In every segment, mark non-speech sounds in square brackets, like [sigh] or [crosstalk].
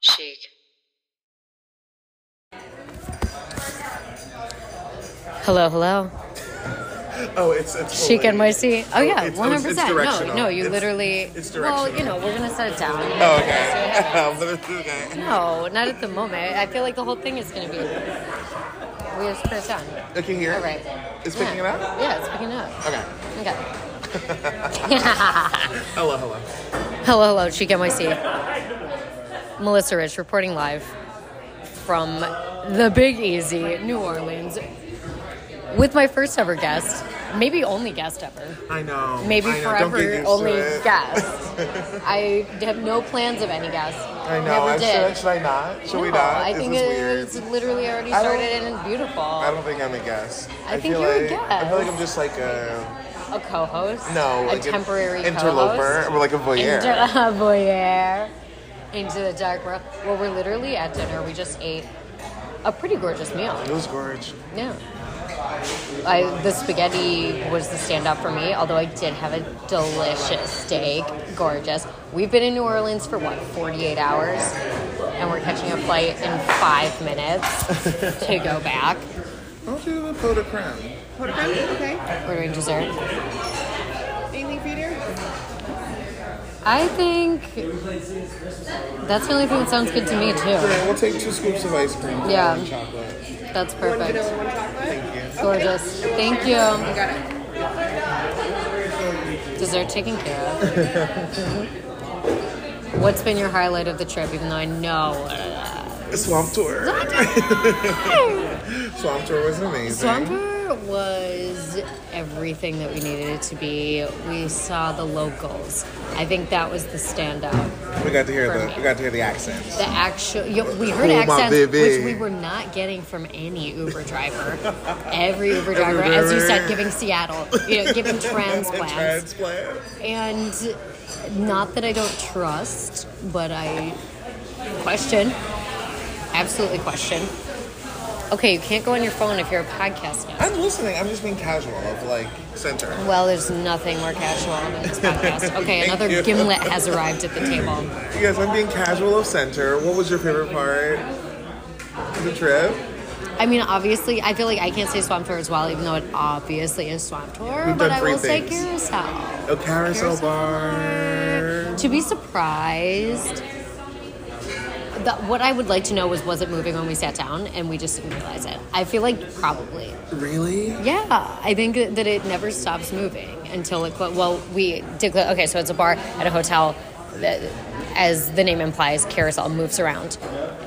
cheek. Hello, hello. Oh, it's it's Chic fully- NYC. Oh yeah, it's- one hundred it's percent. No, directional. no, you It's- literally. it's well, you know, directional. we're gonna set it down. Oh, okay. [laughs] okay. [laughs] No, not at the moment. I feel like the whole thing is gonna be. We're first down. I can hear it. All right. It's picking yeah. it up? Yeah, it's picking up. Okay. Okay. [laughs] [laughs] Hello, hello. hello, hello, Chic NYC. Melissa Rich reporting live from the Big Easy, New Orleans, with my first ever guest, maybe only guest ever. I know. maybe I know. Don't get forever used to only it. [laughs] guest. I have no plans of any guest. I know. Never I did. Should, should I not? Should we No, not? I Is think this it weird? was literally already I don't- started and beautiful. I don't think I'm a guest. I think feel you're a like, I feel like I'm guest. just like a A co-host. no, A like an temporary interloper co-host. or like a voyeur. Into, [laughs] a voyeur. Into the dark world. Well, we're literally at dinner. We just ate a pretty gorgeous meal. it was gorge. Yeah. I, the spaghetti was the stand up for me, although I did have a delicious steak. Gorgeous. We've been in New Orleans for what, 48 hours? And we're catching a flight in five minutes to go back. I'll do a pot de creme. Hold on, okay. Ordering dessert. Anything for you, dear? I think that's the only thing that sounds good to me, too. Yeah, we'll take two scoops of ice cream. Yeah. And chocolate. That's One vanilla, perfect. one chocolate. Thank you. Gorgeous. Thank You you. got it. Dessert taken care of. What's been your highlight of the trip, even though I know Swamp tour. Swamp tour was amazing. Swamper was everything that we needed it to be. We saw the locals. I think that was the standout. We got to hear For the me. we got to hear the accents. The actual, yo, we heard Oh, my accents, baby. which we were not getting from any Uber driver. Every Uber driver, Every as you said, driver. giving Seattle, you know, [laughs] giving transplants. Transplant. and not that I don't trust, but I question. Absolutely question. Okay, you can't go on your phone if you're a podcast now. I'm listening. I'm just being casual of like center. Well, there's nothing more casual than [laughs] this podcast. Okay, Thank another you. gimlet has arrived at the table. Yes, I'm being casual of center. What was your favorite part of the trip? I mean, obviously, I feel like I can't say Swamp Tour as well, even though it obviously is Swamp Tour, We've but done I three will say things. Carousel. A carousel, Carousel bar. To be surprised, the, what I would like to know was was it moving when we sat down and we just didn't realize it? I feel like probably. Really? Yeah, I think that it never stops moving until it clo- well we did clo- okay so it's a bar at a hotel that as the name implies carousel moves around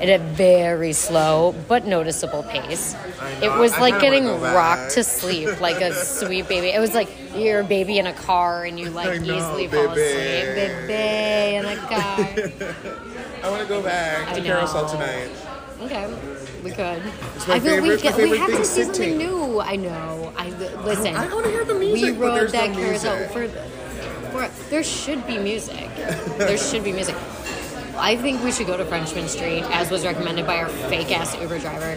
at a very slow but noticeable pace. I It know, was I like kinda getting wanna go rocked back. to sleep like a sweet baby. It was like you're a baby in a car and you I like know, easily fall baby. asleep. Baby [laughs] in a car. I want to go back I to know. carousel tonight. okay. We could. It's my I feel we favorite- my get, we favorite have to thing see something sitting. new. I know. I listen. I want to hear the we music. but rode there's that no carousel music. [laughs] for, for there should be music there should be music i think we should go to frenchman street as was recommended by our fake ass uber driver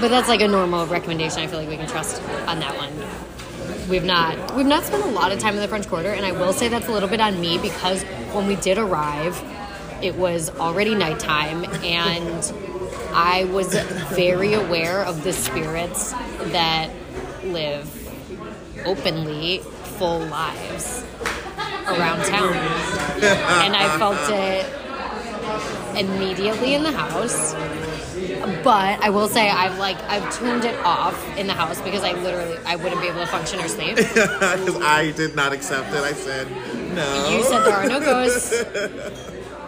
but that's like a normal recommendation i feel like we can trust on that one we've not we've not spent a lot of time in the french quarter and i will say that's a little bit on me because when we did arrive it was already nighttime and i was very aware of the spirits that live openly full lives around town. and I felt it immediately in the house. But I will say I've like I've tuned it off in the house because I literally I wouldn't be able to function or sleep. Because I did not accept it. I said no. You said there are [laughs] no ghosts.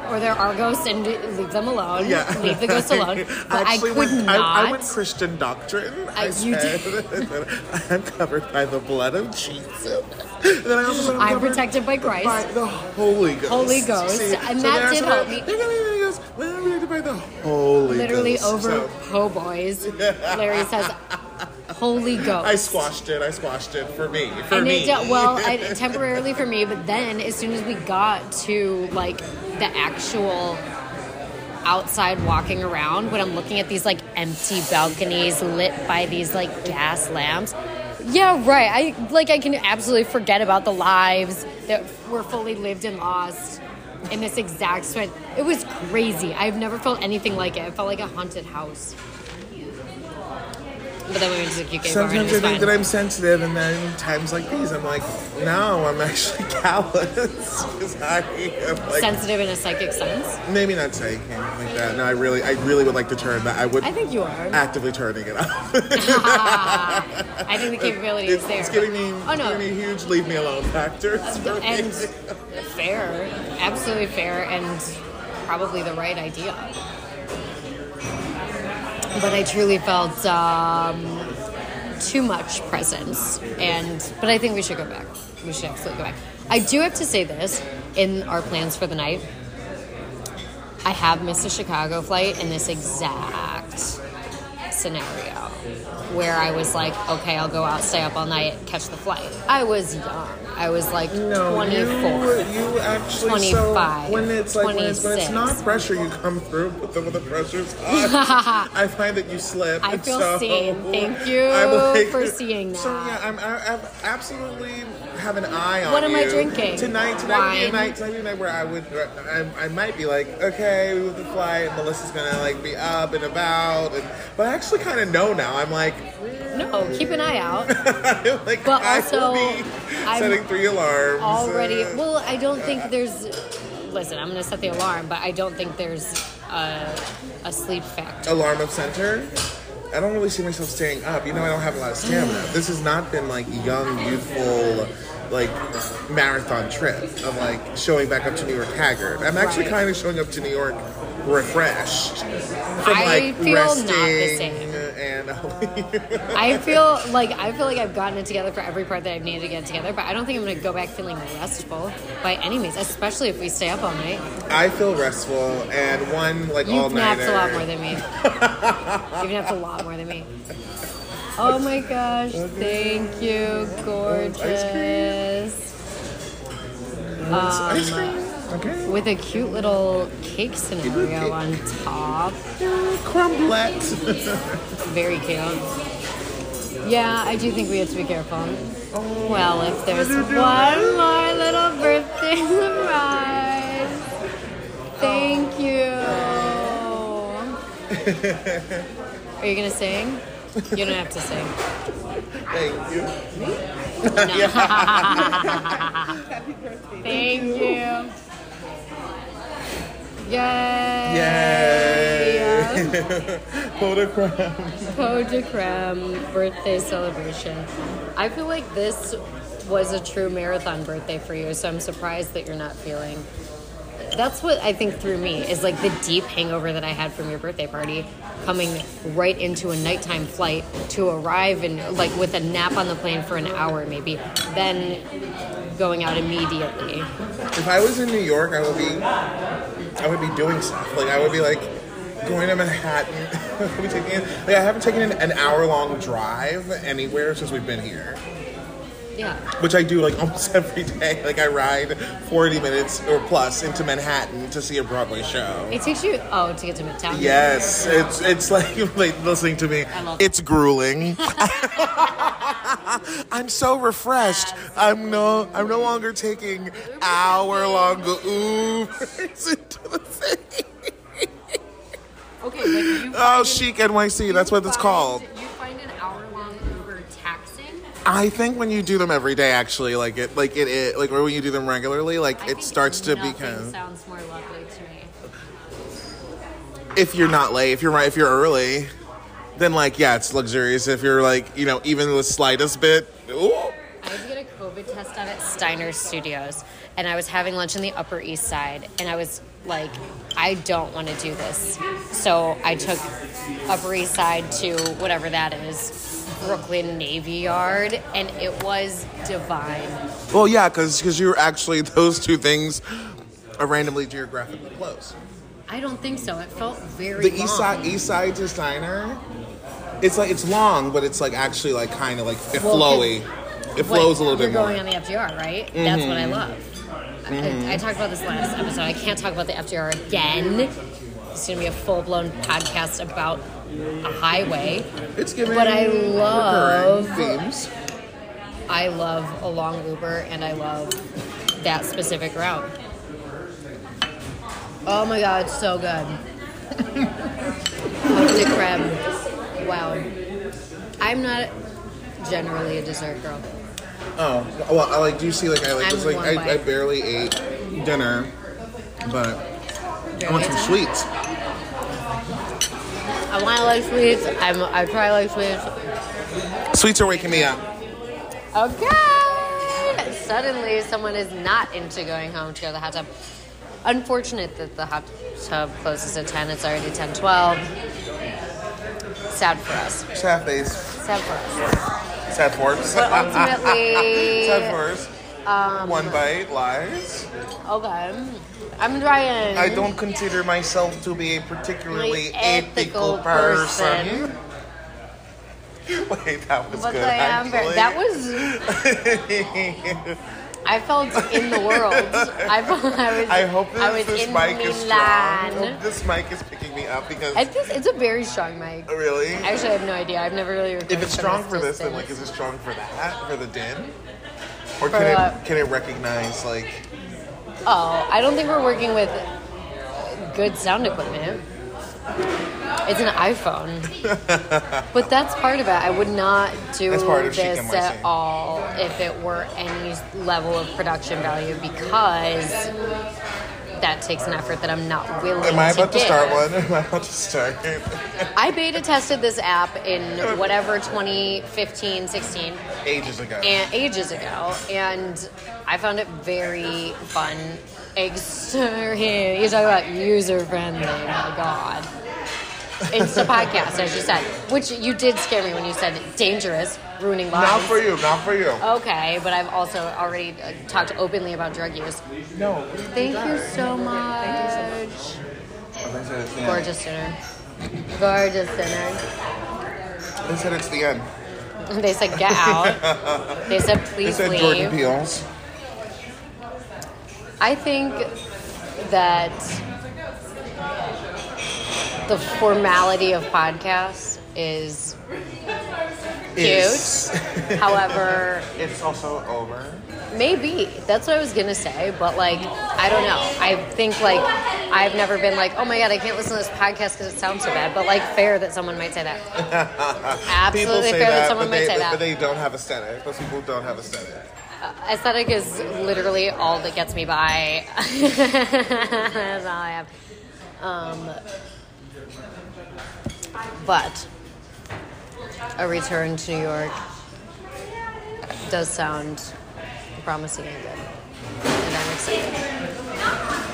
Or there are ghosts and leave them alone. Yeah. [laughs] Leave the ghosts alone. [laughs] But I, actually could went, not. I, I went Christian doctrine. I Uh, you said, [laughs] I'm covered by the blood of Jesus. And then I also said, I'm, I'm covered protected by Christ. by the Holy Ghost. Holy Ghost. And that there are did some- help me. They're gonna be the Ghost. We're protected by the Holy literally Ghost. over So po' boys. Larry says, "Holy Ghost." I squashed it. I squashed it for me. For and me. it did, well [laughs] I, temporarily for me, but then as soon as we got to like the actual outside walking around, when I'm looking at these like empty balconies lit by these like gas lamps. Yeah, right. I like I can absolutely forget about the lives that were fully lived and lost. in this exact sweat. It was crazy. I've never felt anything like it. It felt like a haunted house. But then we went to the QK bar and Sometimes it I was think fine. that I'm sensitive, and then times like these, I'm like, no, I'm actually [laughs] callous. 'Cause I am like, sensitive in a psychic sense. maybe not saying like that. No, I really, I really would like to turn that. I would I think you are. actively turning it [laughs] off. I think the capability it's, is there. it's giving me, Oh no. Uh, giving me huge leave me alone factors. for me. [laughs] and fair, absolutely fair, and probably the right idea. But I truly felt um, too much presence, and but I think we should go back. We should absolutely go back. I do have to say this in our plans for the night. I have missed a Chicago flight in this exact scenario where I was like, okay, I'll go out, stay up all night, catch the flight. I was young. I was like No, 24. You, you actually 25, So when it's like when it's, when it's 26. not pressure, you come through with the, when [laughs] the pressure's on. I find that you slip. I feel so, seen. [laughs] Thank you for seeing So that. yeah, I'm, I, I absolutely have an eye on What am I you. drinking? tonight? Tonight would be a Wine? night. Tonight would be a night where I would I, I might be like, okay, we have to fly. Melissa's gonna like be up and about, and, but I actually kind of know now. I'm like, [laughs] No, keep an eye out. like But I also, will be I'm setting three alarms Already, uh, well, I don't think there's. Listen, I'm going to set the alarm, but I don't think there's a, a sleep factor. alarm of center. I don't really see myself staying up. You know, I don't have a lot of Mm. stamina. This has not been like young, youthful, like marathon trip of like showing back up to New York haggard. I'm actually Right. kind of showing up to New York refreshed from I like feel not the resting same. and [laughs] I feel like I feel like I've gotten it together for every part that I've needed to get together, but I don't think I'm going to go back feeling restful by any means, especially if we stay up all night. I feel restful and one like all You've napped nighter. a lot more than [laughs] me. You've napped a lot more than me. Oh my gosh! Thank Oh, you, gorgeous. ice cream. Okay. With a cute little cake scenario cake. on top. Crumblette. Very cute. Yeah, I do think we have to be careful. Well, if there's one What are you doing? more little birthday [laughs] surprise. Thank [laughs] you. Are you gonna sing? You don't have to sing. [laughs] Thank you. Happy birthday. Thank you. Yay! Yay! [laughs] Hold a crumb. Code de Creme birthday celebration. I feel like this was a true marathon birthday for you, so I'm surprised that you're not feeling. That's what I think through me is like the deep hangover that I had from your birthday party, coming right into a nighttime flight to arrive and like with a nap on the plane for an hour maybe, then going out immediately. If I was in New York, I would be, I would be doing stuff. Like I would be like going to Manhattan. [laughs] I would be taking, like I haven't taken an, an hour long drive anywhere since we've been here, Yeah, which I do like [laughs] almost every day. Like I ride forty minutes or plus into Manhattan to see a Broadway show. it takes you oh to get to Midtown. Yes, it's it's like, [laughs] like listening to me. love [laughs] It's grueling. [laughs] I'm so refreshed. I'm no I'm no longer taking hour long Ubers [laughs] into the city. Okay. But you [laughs] Oh, chic NYC. That's what it's find- called. You find an hour long Uber taxing. I think when you do them every day, actually, like it, like it, it like or when you do them regularly, like I it think starts to nothing become. Sounds more lovely to me. if you're not late, if you're right, if you're early, then like yeah, it's luxurious. If you're like you know even the slightest bit, ooh. I had to get a COVID test done at Steiner Studios, and I was having lunch in the Upper East Side, and I was like, I don't want to do this. So I took Upper East Side to whatever that is, Brooklyn Navy Yard, and it was divine. Well, yeah, because you're actually [laughs] those two things are randomly geographically close. I don't think so. It felt very The east long. side, east side to Steiner, it's like it's long, but it's like actually like kind of like it Well, 'cause- flowy. It What, flows a little you're bit more. Mm-hmm. going on the FDR, right? That's what I love. I, I talked about this last episode. I can't talk about the FDR again. It's going to be a full blown podcast about a highway. it's giving, But I recurring love- themes. I love a long Uber and I love that specific route. Oh my god, it's so good. [laughs] Poached crab. Wow. I'm not generally a dessert girl. Oh well, I like. Do you see? Like I like. I'm Was like one I, bite. I barely ate dinner, but I want some sweets. I want to like sweets. I'm, I try to like sweets. Sweets are waking me up. Okay. Suddenly, someone is not into going home to go to the hot tub. Unfortunate that the hot tub closes at 10. It's already 10 12. Sad for us. Sad face. Sad for us. [laughs] Sad forks. But ultimately- [laughs] um, sad forks. One bite lies. Okay. I'm trying. I don't consider myself to be a particularly Really ethical, ethical person. [laughs] Wait, that was But good. I am very- actually. that was- I felt in the [laughs] world. I, felt I was, [laughs] I hope this, I was this in mic Milan. is strong. I hope this mic is picking me up because I think it's a very strong mic. really, Actually, I have no idea. I've never really. if it's strong for this, then like, is it strong for that for the din? Or can it what? can it recognize like? Oh, I don't think we're working with good sound equipment. It's an [laughs] iPhone, but that's part of it. I would not do That's part of this Chicken at Marcy. all if it were any level of production value because that takes an effort that I'm not willing. Am I about to give. start one? [laughs] Am I about to start? I beta tested this app in whatever 2015, 16, Ages ago. and ages ago, and I found it very fun. Ex- [laughs] you talk about user friendly. My God, it's a podcast, as you said, which you did scare me when you said dangerous, ruining lives. not for you. Not for you. Oh. Okay, but I've also already uh, talked openly about drug use. No. Thank you so much. They said it's the end. Gorgeous dinner. Gorgeous dinner. [laughs] They said it's the end. They said, get [laughs] out. they said, They please said Jordan leave. Peele's. I think that the formality of podcasts is, Is- however, [laughs] It's also over. maybe. That's what I was going to say, but like, I don't know. I think like, I've never been like, oh my God, I can't listen to this podcast because it sounds so bad, but like, fair that someone might say that. [laughs] People Absolutely say fair that, that, someone but, might they, say but- that. but they don't have aesthetic. Those people don't have aesthetic. aesthetic is literally all that gets me by. [laughs] That's all I have. Um, but a return to New York does sound promising and good. And I'm excited.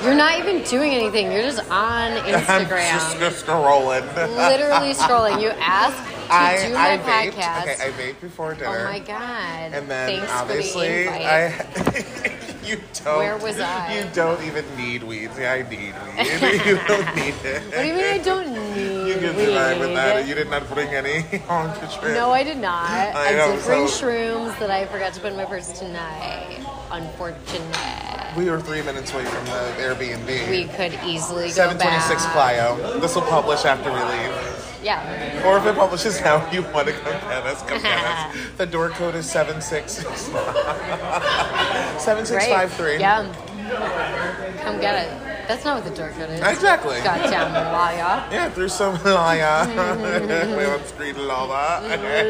You're not even doing anything. You're just on [laughs] I'm just, Instagram, just scrolling. literally scrolling. You ask to [laughs] I, do my I vaped. podcast. Okay, I vaped before dinner. oh my god! And Thanks then for the obviously, invite. I [laughs] you don't. Where was I? [laughs] You don't even need weeds. Yeah, I need [laughs] weed. [laughs] you don't need it. What do you mean I don't need [laughs] You can weed? survive without it. You did not bring any [laughs] on the trip. no, I did not. I, know, did bring so- shrooms that I forgot to put in my purse tonight. Unfortunate. We were three minutes away from the Airbnb. We could easily go back. 726 Clio. This will publish after we leave. Yeah. Or if it publishes now, [laughs] you want to come get us, come get us. The door code is 7665. 7653. [laughs] Great. Yeah. Come get it. That's not what the door code is. [laughs] Exactly. Goddamn liar. Yeah, through some [laughs] laya. [laughs] we on street lava. Lover. [laughs]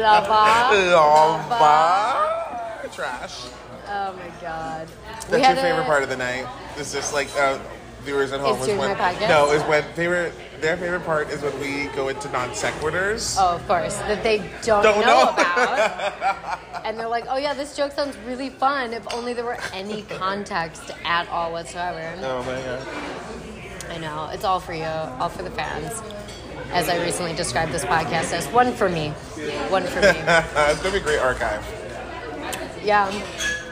Lava. Trash. Oh my god. That's your favorite part of the night. Is just like uh, viewers at home Is was doing when my podcast? no is when they were their favorite part is when we go into non sequiturs. Oh, of course, that they don't, Don't know, know. about. [laughs] and they're like, oh, yeah, this joke sounds really fun if only there were any context at all whatsoever. Oh my god! I know, it's all for you, all for the fans. As I recently described this podcast as one for me, one for me. [laughs] Uh, it's gonna be a great archive. Yeah,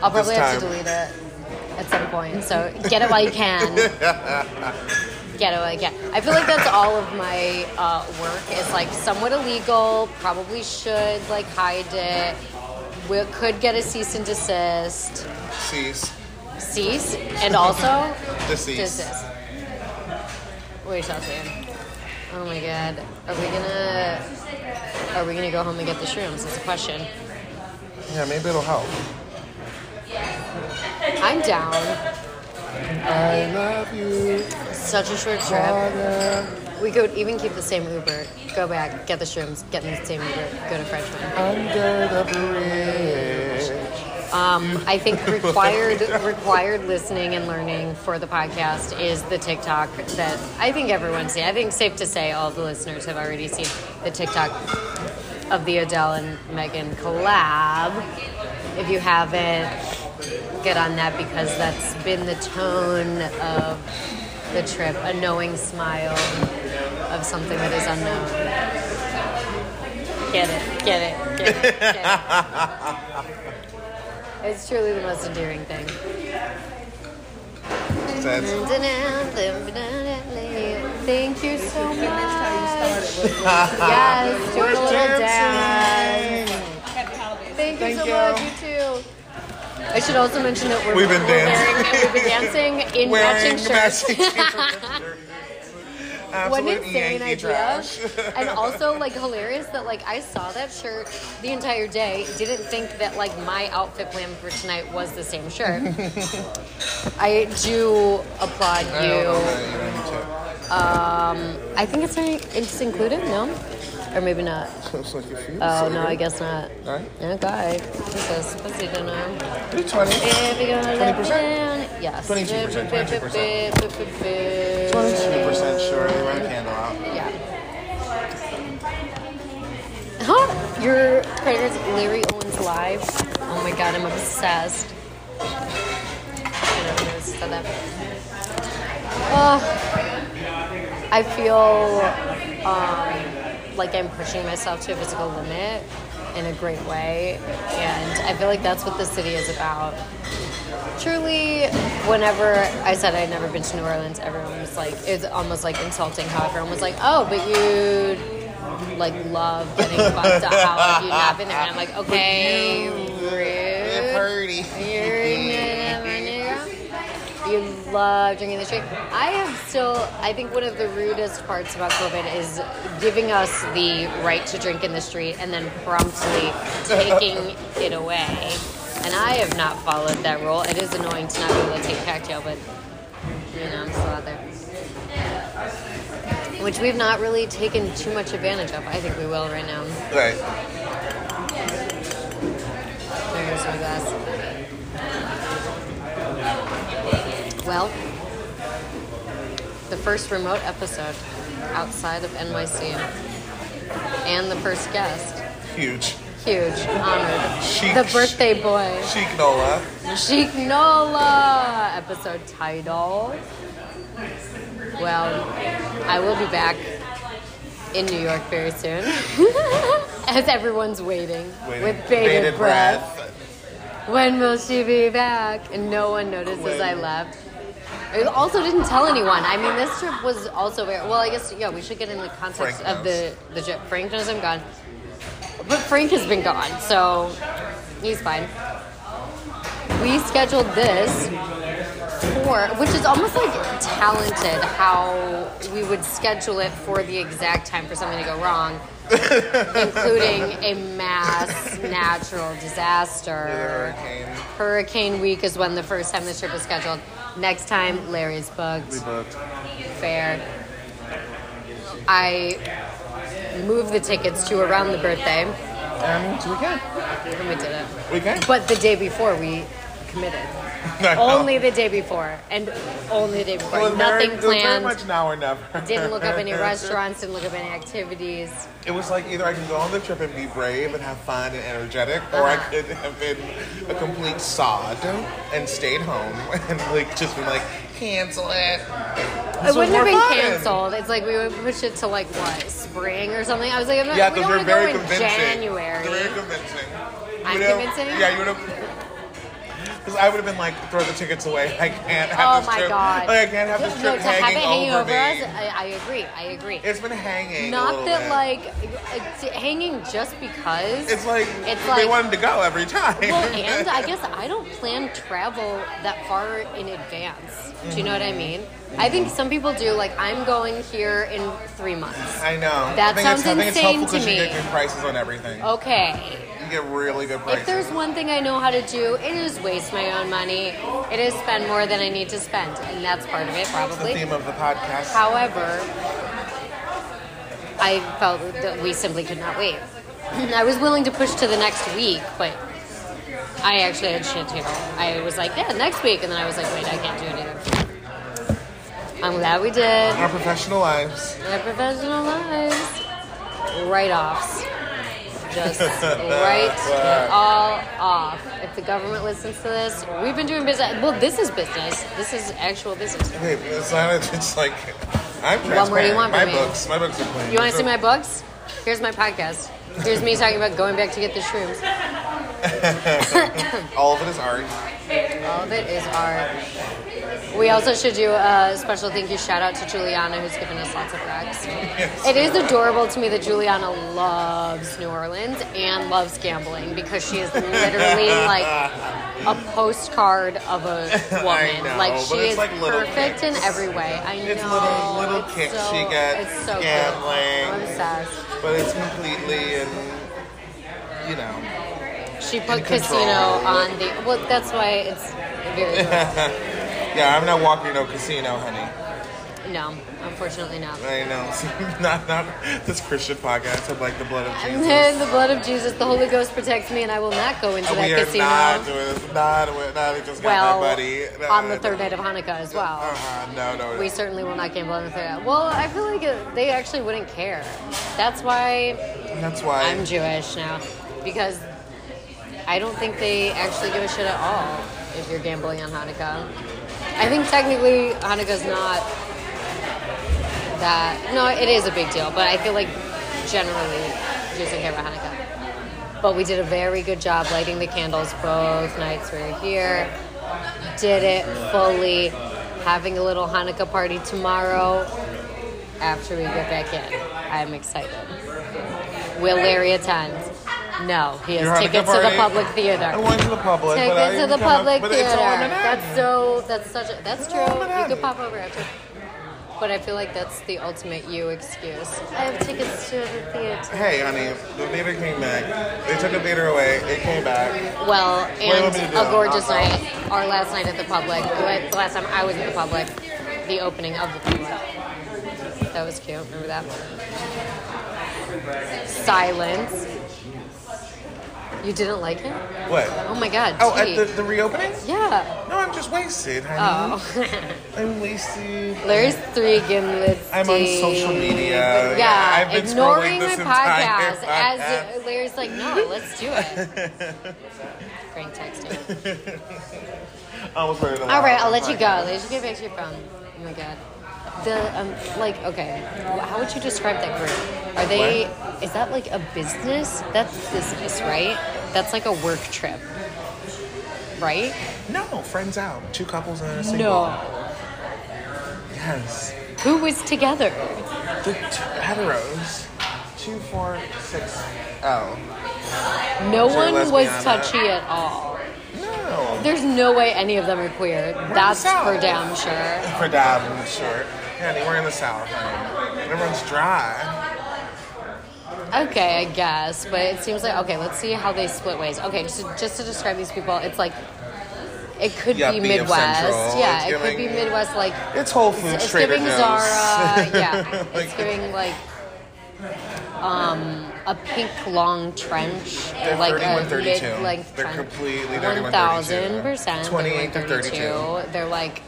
I'll probably have to time. delete it at some point. So get it while you can. get it while you can. I feel like that's all of my uh, work. It's like somewhat illegal. Probably should like hide it. We could get a cease and desist, Cease, cease, and also deceased. desist. We shall see. Oh my god, are we gonna are we gonna go home and get the shrooms? That's a question. Yeah, maybe it'll help. I'm down. I love you. Such a short trip. Saga, We could even keep the same Uber. Go back, get the shrooms, get in the same Uber, go to Frenchman. under the bridge. Um, I think required required listening and learning for the podcast is the TikTok that I think everyone's seen. I think safe to say all the listeners have already seen the TikTok of the Adele and Megan collab. If you haven't, get on that because that's been the tone of the trip. A knowing smile of something that is unknown. Get it, get it, get it, get it. It's truly the most endearing thing. That's- Thank you so much. how you started. was- Yes, do a little dance. dancing. Happy holidays. Thank you Thank so you. much, you too. I should also mention that we're We've been we're dancing. Wearing, we've been dancing in matching Wearing shirts. matching shirts. [laughs] [laughs] What an Absolute insane Yankee idea. trash. and also like hilarious that like I saw that shirt the entire day, didn't think that like my outfit plan for tonight was the same [laughs] shirt. I do applaud I you. don't know how you don't need to. I think it's very it's included, no? Or maybe not. Looks like your feet. Oh no, I guess not. Alright. Okay. Jesus, pussy dinner. You're 20. If you're gonna let me 20%? down, yes. 22%, 22%. 22%. 22% sure. You run a candle out. Yeah. Huh? Your creditors, Larry Owens Live. Oh my god, I'm obsessed. I never noticed that. Ugh. I feel um, like I'm pushing myself to a physical limit in a great way, and I feel like that's what the city is about truly whenever i said i'd never been to new orleans everyone was like it's almost like insulting how everyone was like oh but you like love getting fucked up how have you not been there and i'm like okay You're rude pretty. you love drinking the shake. I have still, I think one of the rudest parts about COVID is giving us the right to drink in the street and then promptly taking it away. And I have not followed that rule. It is annoying to not be able to take cocktail, but you know, I'm still out there. Which we've not really taken too much advantage of. I think we will right now. Right. There goes my glass. Well, the first remote episode outside of NYC and the first guest. Huge. Huge, honored. Chic. The birthday boy, Chic Nola. Chic Nola, episode title. Well, I will be back in New York very soon. [laughs] As everyone's waiting, Waiting. with bated, breath. When will she be back? And no one notices When? I left. I also didn't tell anyone. I mean, this trip was also very well. I guess yeah, we should get in the context Frank of the the trip. Frank knows I'm gone, but Frank has been gone, so he's fine. We scheduled this for, which is almost like talented how we would schedule it for the exact time for something to go [laughs] wrong, including a mass natural disaster. The hurricane. Hurricane week is when the first time this trip is scheduled. Next time, Larry's We bugged. booked. Fair. I moved the tickets to around the birthday, And we can. and we did it. We can. But the day before, we committed. [laughs] I know. Only the day before, and only the day before. It was very- Nothing it was planned. Very much now or never. Didn't look up [laughs] any restaurants. Didn't look up any activities. It was like either I could go on the trip and be brave and have fun and energetic, or I Uh-huh. could have been a complete sod and stayed home [laughs] and like just been like cancel it. It wouldn't have been fun. canceled. It's like we would push it to like what spring or something. I was like, I'm not, Yeah, we because don't we're want to go in very convincing. January. They're very convincing. I'm Would've- convincing? Yeah, you would have. Because I would have been like, throw the tickets away. I can't have Oh this my trip. god! Like, I can't have this No, trip to hanging, have it hanging over, over, me. us. I, I agree. I agree. It's been hanging. a Not little that bit. like it's hanging just because. It's [laughs] like It's they like- wanted to go every time. well, and I guess I don't plan travel that far in advance. Do you know what I Mm-hmm. mean? I think some people do. Like I'm going here in three months. [laughs] I know. That I think sounds it's, I think it's insane to helpful 'cause me. You get good prices on everything. Okay. You get really good prices. If there's one thing I know how to do, it is waste my own money. It is spend more than I need to spend, and that's part of it, That's the probably. theme of the podcast. However, I felt that we simply could not wait. [clears throat] I was willing to push to the next week, but I actually had shit here. I was like, yeah, next week, and then I was like, wait, I can't do it either. I'm glad we did. Our professional lives. Their professional lives. Write offs. Just write it all off. If the government listens to this, we've been doing business. Well, this is business. This is actual business. Okay, it's not. It's like I'm transparent. What more do you want my from me? books. My books are clean. You want to see So- my books? Here's my podcast. Here's me talking about going back to get the shrooms. All of it is art. All of it is art. We also should do a special thank you shout out to Juliana, who's given us lots of recs. It is adorable to me that Juliana loves New Orleans and loves gambling because she is [laughs] literally like a postcard of a woman. I know, like but she it's is like little perfect in kicks. every way. I know. It's little- little it's kicks so- she gets, It's so gambling. Good. I'm obsessed. But it's completely and you know. She put In control. casino on the. Well, that's why it's [laughs] very. Yeah, I'm not walking no casino, honey. no, unfortunately not. [laughs] I know. [laughs] not not this Christian podcast of like the blood of And Jesus. then [laughs] the blood of Jesus, the Holy Ghost protects me, and I will not go into that we are casino. not doing this. Not doing. Not we just got well, my buddy. No, on the no. third night of Hanukkah as well. Uh-huh, no, no. We certainly will not gamble on the third night. Well, I feel like it- they actually wouldn't care. That's why That's why. I'm Jewish now, because I don't think they actually give a shit at all if you're gambling on Hanukkah. I think technically Hanukkah's not that. No, it is a big deal, but I feel like generally Jews don't care about Hanukkah. But we did a very good job lighting the candles both nights we were here. Did it fully. Having a little Hanukkah party tomorrow after we get back in. I'm excited. Will Larry attend? No, he has Your Hanukkah tickets to the party? public theater. I went to the public. Take but I it to the didn't come up- public but theater. It's all I'm in it. That's so. That's such. a That's true. all Manhattan. You could pop over after. But I feel like that's the ultimate you excuse. I have tickets to the theater. Hey, honey, the theater came back. They took the theater away. It came back. Well, and what do we do? a gorgeous I'll- I'll- night. Our last night at the public. The last time I was at the public. The opening of the public. That was cute. Remember that? Silence. You didn't like it? What? Oh my god. Oh, T. at the, the reopening? yeah. No, I'm just wasted, honey. Oh. [laughs] I'm wasted. Larry's three gimlets. I'm on deep. social media. Yeah, Yeah, I've been ignoring scrolling my this entire podcast, podcast. as Larry's like, no, let's do [laughs] it. Frank texting. I almost ready to All right, I'll let you go. Larry, you get back to your phone. Oh my god. The um, like, okay, wh- how would you describe that group? Are they? Is that like a business? That's business, right? That's like a work trip, right? No, friends out. Two couples and a single. No. Yes. Who was together? The two heteros. Two, four, six. Oh. No Is there a one was lesbian on that? touchy at all. No. There's no way any of them are queer. That's South. for damn sure. For dad and short. Honey, we're in the south, honey. Everyone's dry. Okay, I guess, but it seems like okay. Let's see how they split ways. Okay, so just to describe these people, it's like it could Yeah, be beat Midwest. of Central. Yeah, It's it could giving- be Midwest. Like It's Whole Foods, it's Trader giving Joe's. [laughs] Zara. Yeah, Like- it's giving like um a pink long trench, They're like 31, a 32. mid-length They're trench. completely 31, One thousand 32. percent. 28 to 32. They're like.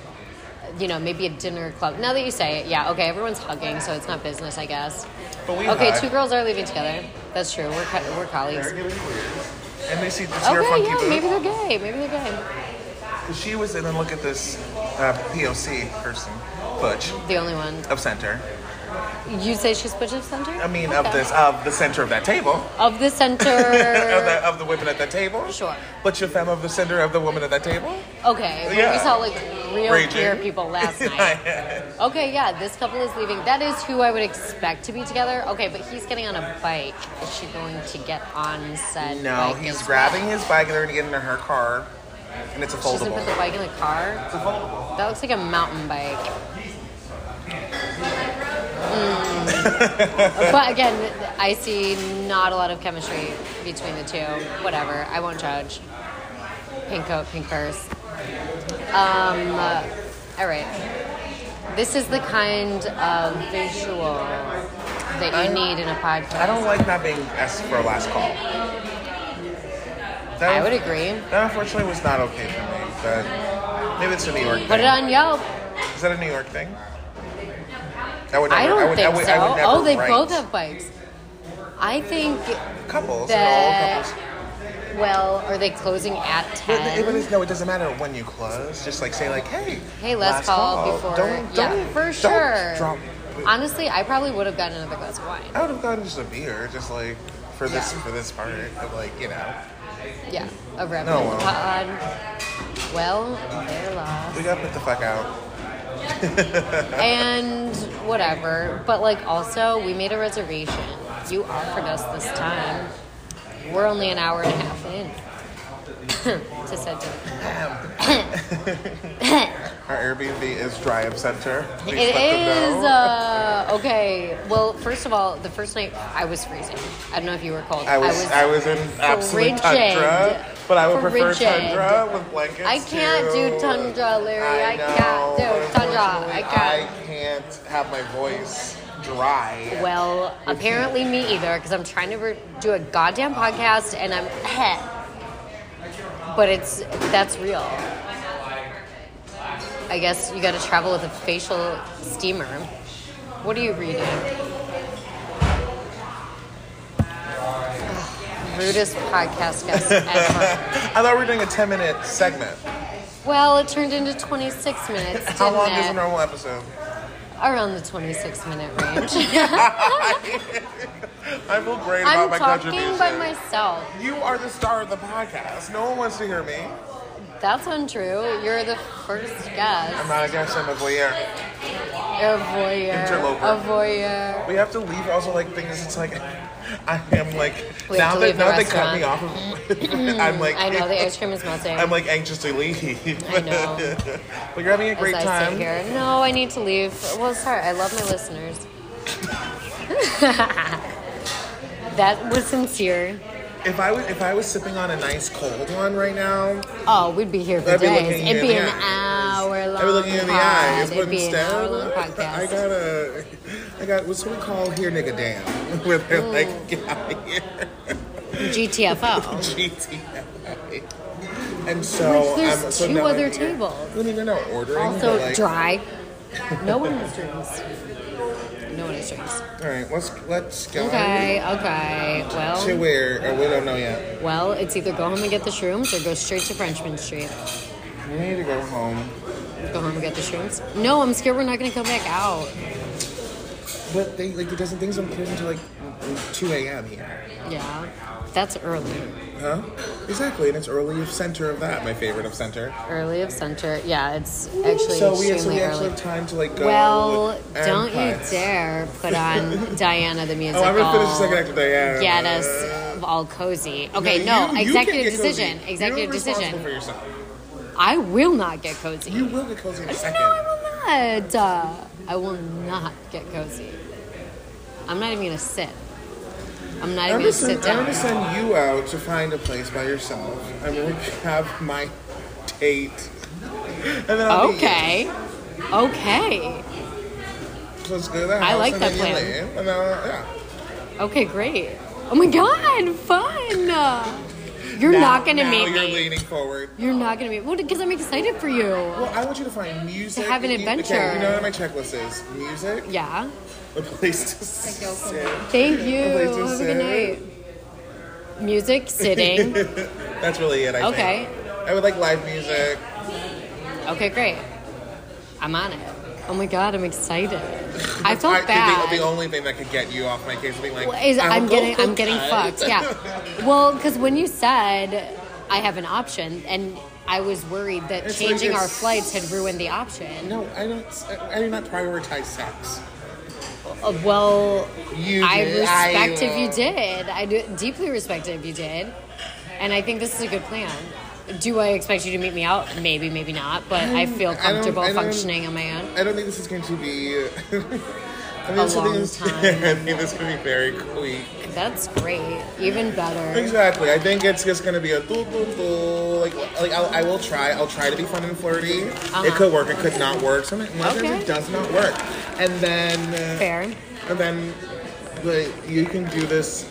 You know, maybe a dinner club. Now that you say it, yeah, okay, everyone's hugging, so it's not business, I guess. But we Okay, hug. two girls are leaving together. That's true. We're co- we're colleagues. They're Okay, giving queers. And they see this your funky yeah, booth. maybe they're gay. Maybe they're gay. She was, and then look at this uh, POC person, Butch, The only one. of center. You say she's butch of center? I mean, Okay. of this, of the center of that table, Of the [laughs] of, center. the, of the women at that table. Sure. But your femme of the center of the woman at that table. Okay. well, We Yeah. saw like real Raging. queer people [laughs] last night. Okay, yeah, this couple is leaving. That is who I would expect to be together. Okay, but he's getting on a bike. Is she going to get on said no, bike he's as grabbing well? his bike and they're gonna get into her car, and it's a She's gonna put the foldable. bike in the car. That looks like a mountain bike. Mm, Hmm. [laughs] but again, I see not a lot of chemistry between the two. Whatever, I won't judge. Pink coat, pink purse. Um, uh, all right. This is the kind of visual that you I- need in a podcast. I don't like not being asked for a last call. That I would agree. That unfortunately was not okay for me, but maybe it's a New York thing. Put it on Yelp. Is that a New York thing? I would never, I don't I would, think I would, so. I would never oh, they write both have bikes. I think. couples. that- no, couples. Well, are they closing at But, it, but ten? it's- no, it doesn't matter when you close. Just like say like, hey, Hey, let's last call, call. before. Don't, yeah, don't, for don't sure. Drop. Honestly, I probably would have gotten another glass of wine. I would have gotten just a beer, just like for this Yeah. for this part, of like you know, Yeah, a red No, Bull well. pod. Well, they're lost. we got to put the fuck out. and whatever. But like, also, we made a reservation. You offered us this time. We're only an hour and a half in. [laughs] to said dinner. Our Airbnb is dry of center. Please It let them is know. uh, okay. Well, first of all, the first night I was freezing. I don't know if you were cold. I was, I was in absolute frigid. tundra, but I would prefer Frigid. tundra with blankets. I can't too. do tundra, Larry. I, know, can't but do tundra. I unfortunately, can't. I can't have my voice dry. Well, apparently me either, because I'm trying to re- do a goddamn podcast and I'm But it's that's real. I guess you got to travel with a facial steamer. What are you reading? Ugh, Rudest podcast [laughs] guest ever. I thought we were doing a 10 minute segment. well, it turned into 26 minutes. Didn't How long it? is a normal episode? [laughs] Around the 26 [laughs] minute range. I feel great about I'm my talking contribution. by myself. you are the star of the podcast. No one wants to hear me. That's untrue. You're the first I'm guest. not a guest, I'm a voyeur. A voyeur. Interloper. A voyeur. We have to leave also like things it's like [laughs] I am like We have now to that leave the now they cut me off restaurant. [laughs] of, [laughs] I'm like I know the ice cream is melting. I'm like anxious to leave. I know. [laughs] but you're having a great as I time. sit here. No, I need to leave. Well, sorry. I love my listeners. [laughs] that was sincere. If I was if I was sipping on a nice cold one right now, Oh, we'd be here for I'd be days. looking you It'd in be the an eyes. hour long. I'd be looking you in the pod. eyes. But It'd be an instead, hour long I podcast. got a I got what's what we call here nigga damn. [laughs] Where they're Mm. like get out of here. [laughs] GTFO. GTA. And so There's I'm, so two now I'm other here. tables. I mean, they're not ordering. Also but, like, dry. No one has drinks. No one has drinks. All right, let's let's go Okay, okay. to Well, where or we don't know yet. well, it's either go home and get the shrooms or go straight to Frenchman Street. We need to go home. Go home and get the shrooms. No, I'm scared we're not going to come back out. But they like it doesn't things don't close until like two a.m. here. Yeah, that's early. Huh? Exactly, and it's early of center of that. My favorite of center. Early of center. Yeah, it's actually so we so extremely we actually early. have time to like go. Well, and don't you putz. dare put [laughs] on Diana the music. Oh, I'm gonna finish the all- second act of Diana. Get us all cozy. Okay, No, no, you- you can't executive get cozy. decision. You're Executive responsible decision. For yourself. I will not get cozy. You will get cozy in a second. No, I will not. Uh, I will not get cozy. I'm not even gonna sit. I'm not even gonna I'm sit going down. to send you out to find a place by yourself. I'm going to have my date. And then I'll meet Okay. Okay. you. So let's go to the house. like and that then plan. You leave, and then, I'll- yeah. Okay. Great. Oh my God! Fun. Uh, You're Now- not gonna now meet you're me. leaning forward. You're not gonna meet. Well, because I'm excited for you. Well, I want you to find music. have an and eat- adventure. Okay, you know what my checklist is? Music, Yeah. a place to sit. Thank you. I'd like to Have a good sit. night. Music, sitting. [laughs] That's really it, I think. Okay. I would like live music. Okay, great. I'm on it. Oh my god, I'm excited. I I felt think bad. The, the only thing that could get you off my case would be like, Well, is- I'll I'm go getting for I'm getting a fucked. drive. [laughs] Yeah. Well, because when you said I have an option, and I was worried that It's like changing our it's- flights had ruined the option. No, I don't. I, I do not prioritize sex. Uh, well, You I did. respect I, if you uh, did. I do, deeply respect it if you did, and I think this is a good plan. Do I expect you to meet me out? Maybe, maybe not. But I feel Um, I don't- comfortable I don't- functioning on my own. [laughs] I don't think this is going to be. I a so long this- time. I think this could be [laughs] very quick. That's great. Even better. Exactly. I think it's just gonna be a doo doo doo. Like, like I'll, I will try. I'll try to be fun and flirty. It could work. It could not work. Sometimes Uh-huh. Okay. it does not work. And then, uh, Fair. and then, like, you can do this,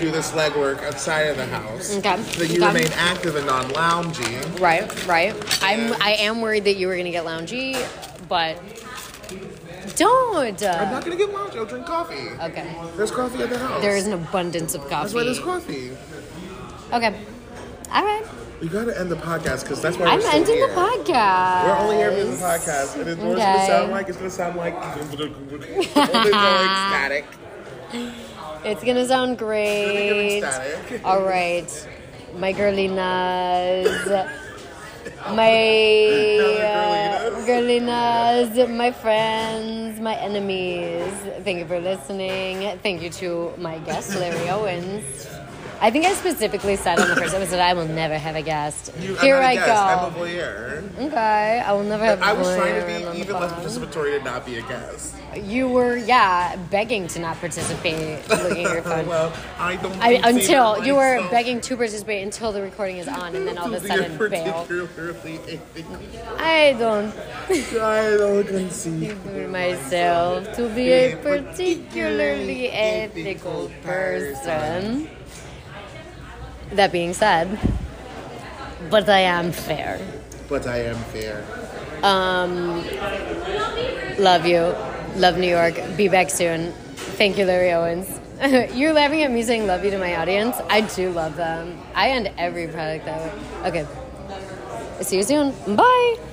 do this legwork outside of the house. Okay. That you Okay. remain active and non-loungy. Right, right. I'm I am worried that you were gonna get loungy, but don't. I'm not gonna get loungy. I'll drink coffee. Okay. There's coffee at the house. There is an abundance of coffee. That's why there's coffee. Okay. All right. We gotta end the podcast because that's why I'm we're still ending here. the podcast. We're only here because of the podcast, and it's what it's gonna Okay. sound like. It's gonna sound like [laughs] it's gonna go ecstatic. It's gonna sound It's gonna go great. ecstatic. All right, my girlinas, my uh, girlinas, my friends, my enemies. Thank you for listening. Thank you to my guest Larry Owens. I think I specifically said on the first episode I will never have a guest. You- [laughs] I'm Here not a I guest, I'm a go. voyeur. okay, I will never have. I was trying Blair to on be the even less pod. participatory to not be a guest. You were, yeah, begging to not participate. Looking at your phone. [laughs] Oh, well, I don't. I, consider until you were myself begging to participate until the recording is on, and then all of [laughs] a to be sudden, bail. particularly a- I don't [laughs] I don't conceive. consider myself to be a particularly ethical person. That being said, but I am fair. But I am fair. Um, Love you. Love New York. Be back soon. Thank you, Larry Owens. [laughs] You're laughing at me saying love you to my audience. I do love them. I end every product that way. Okay. See you soon. Bye.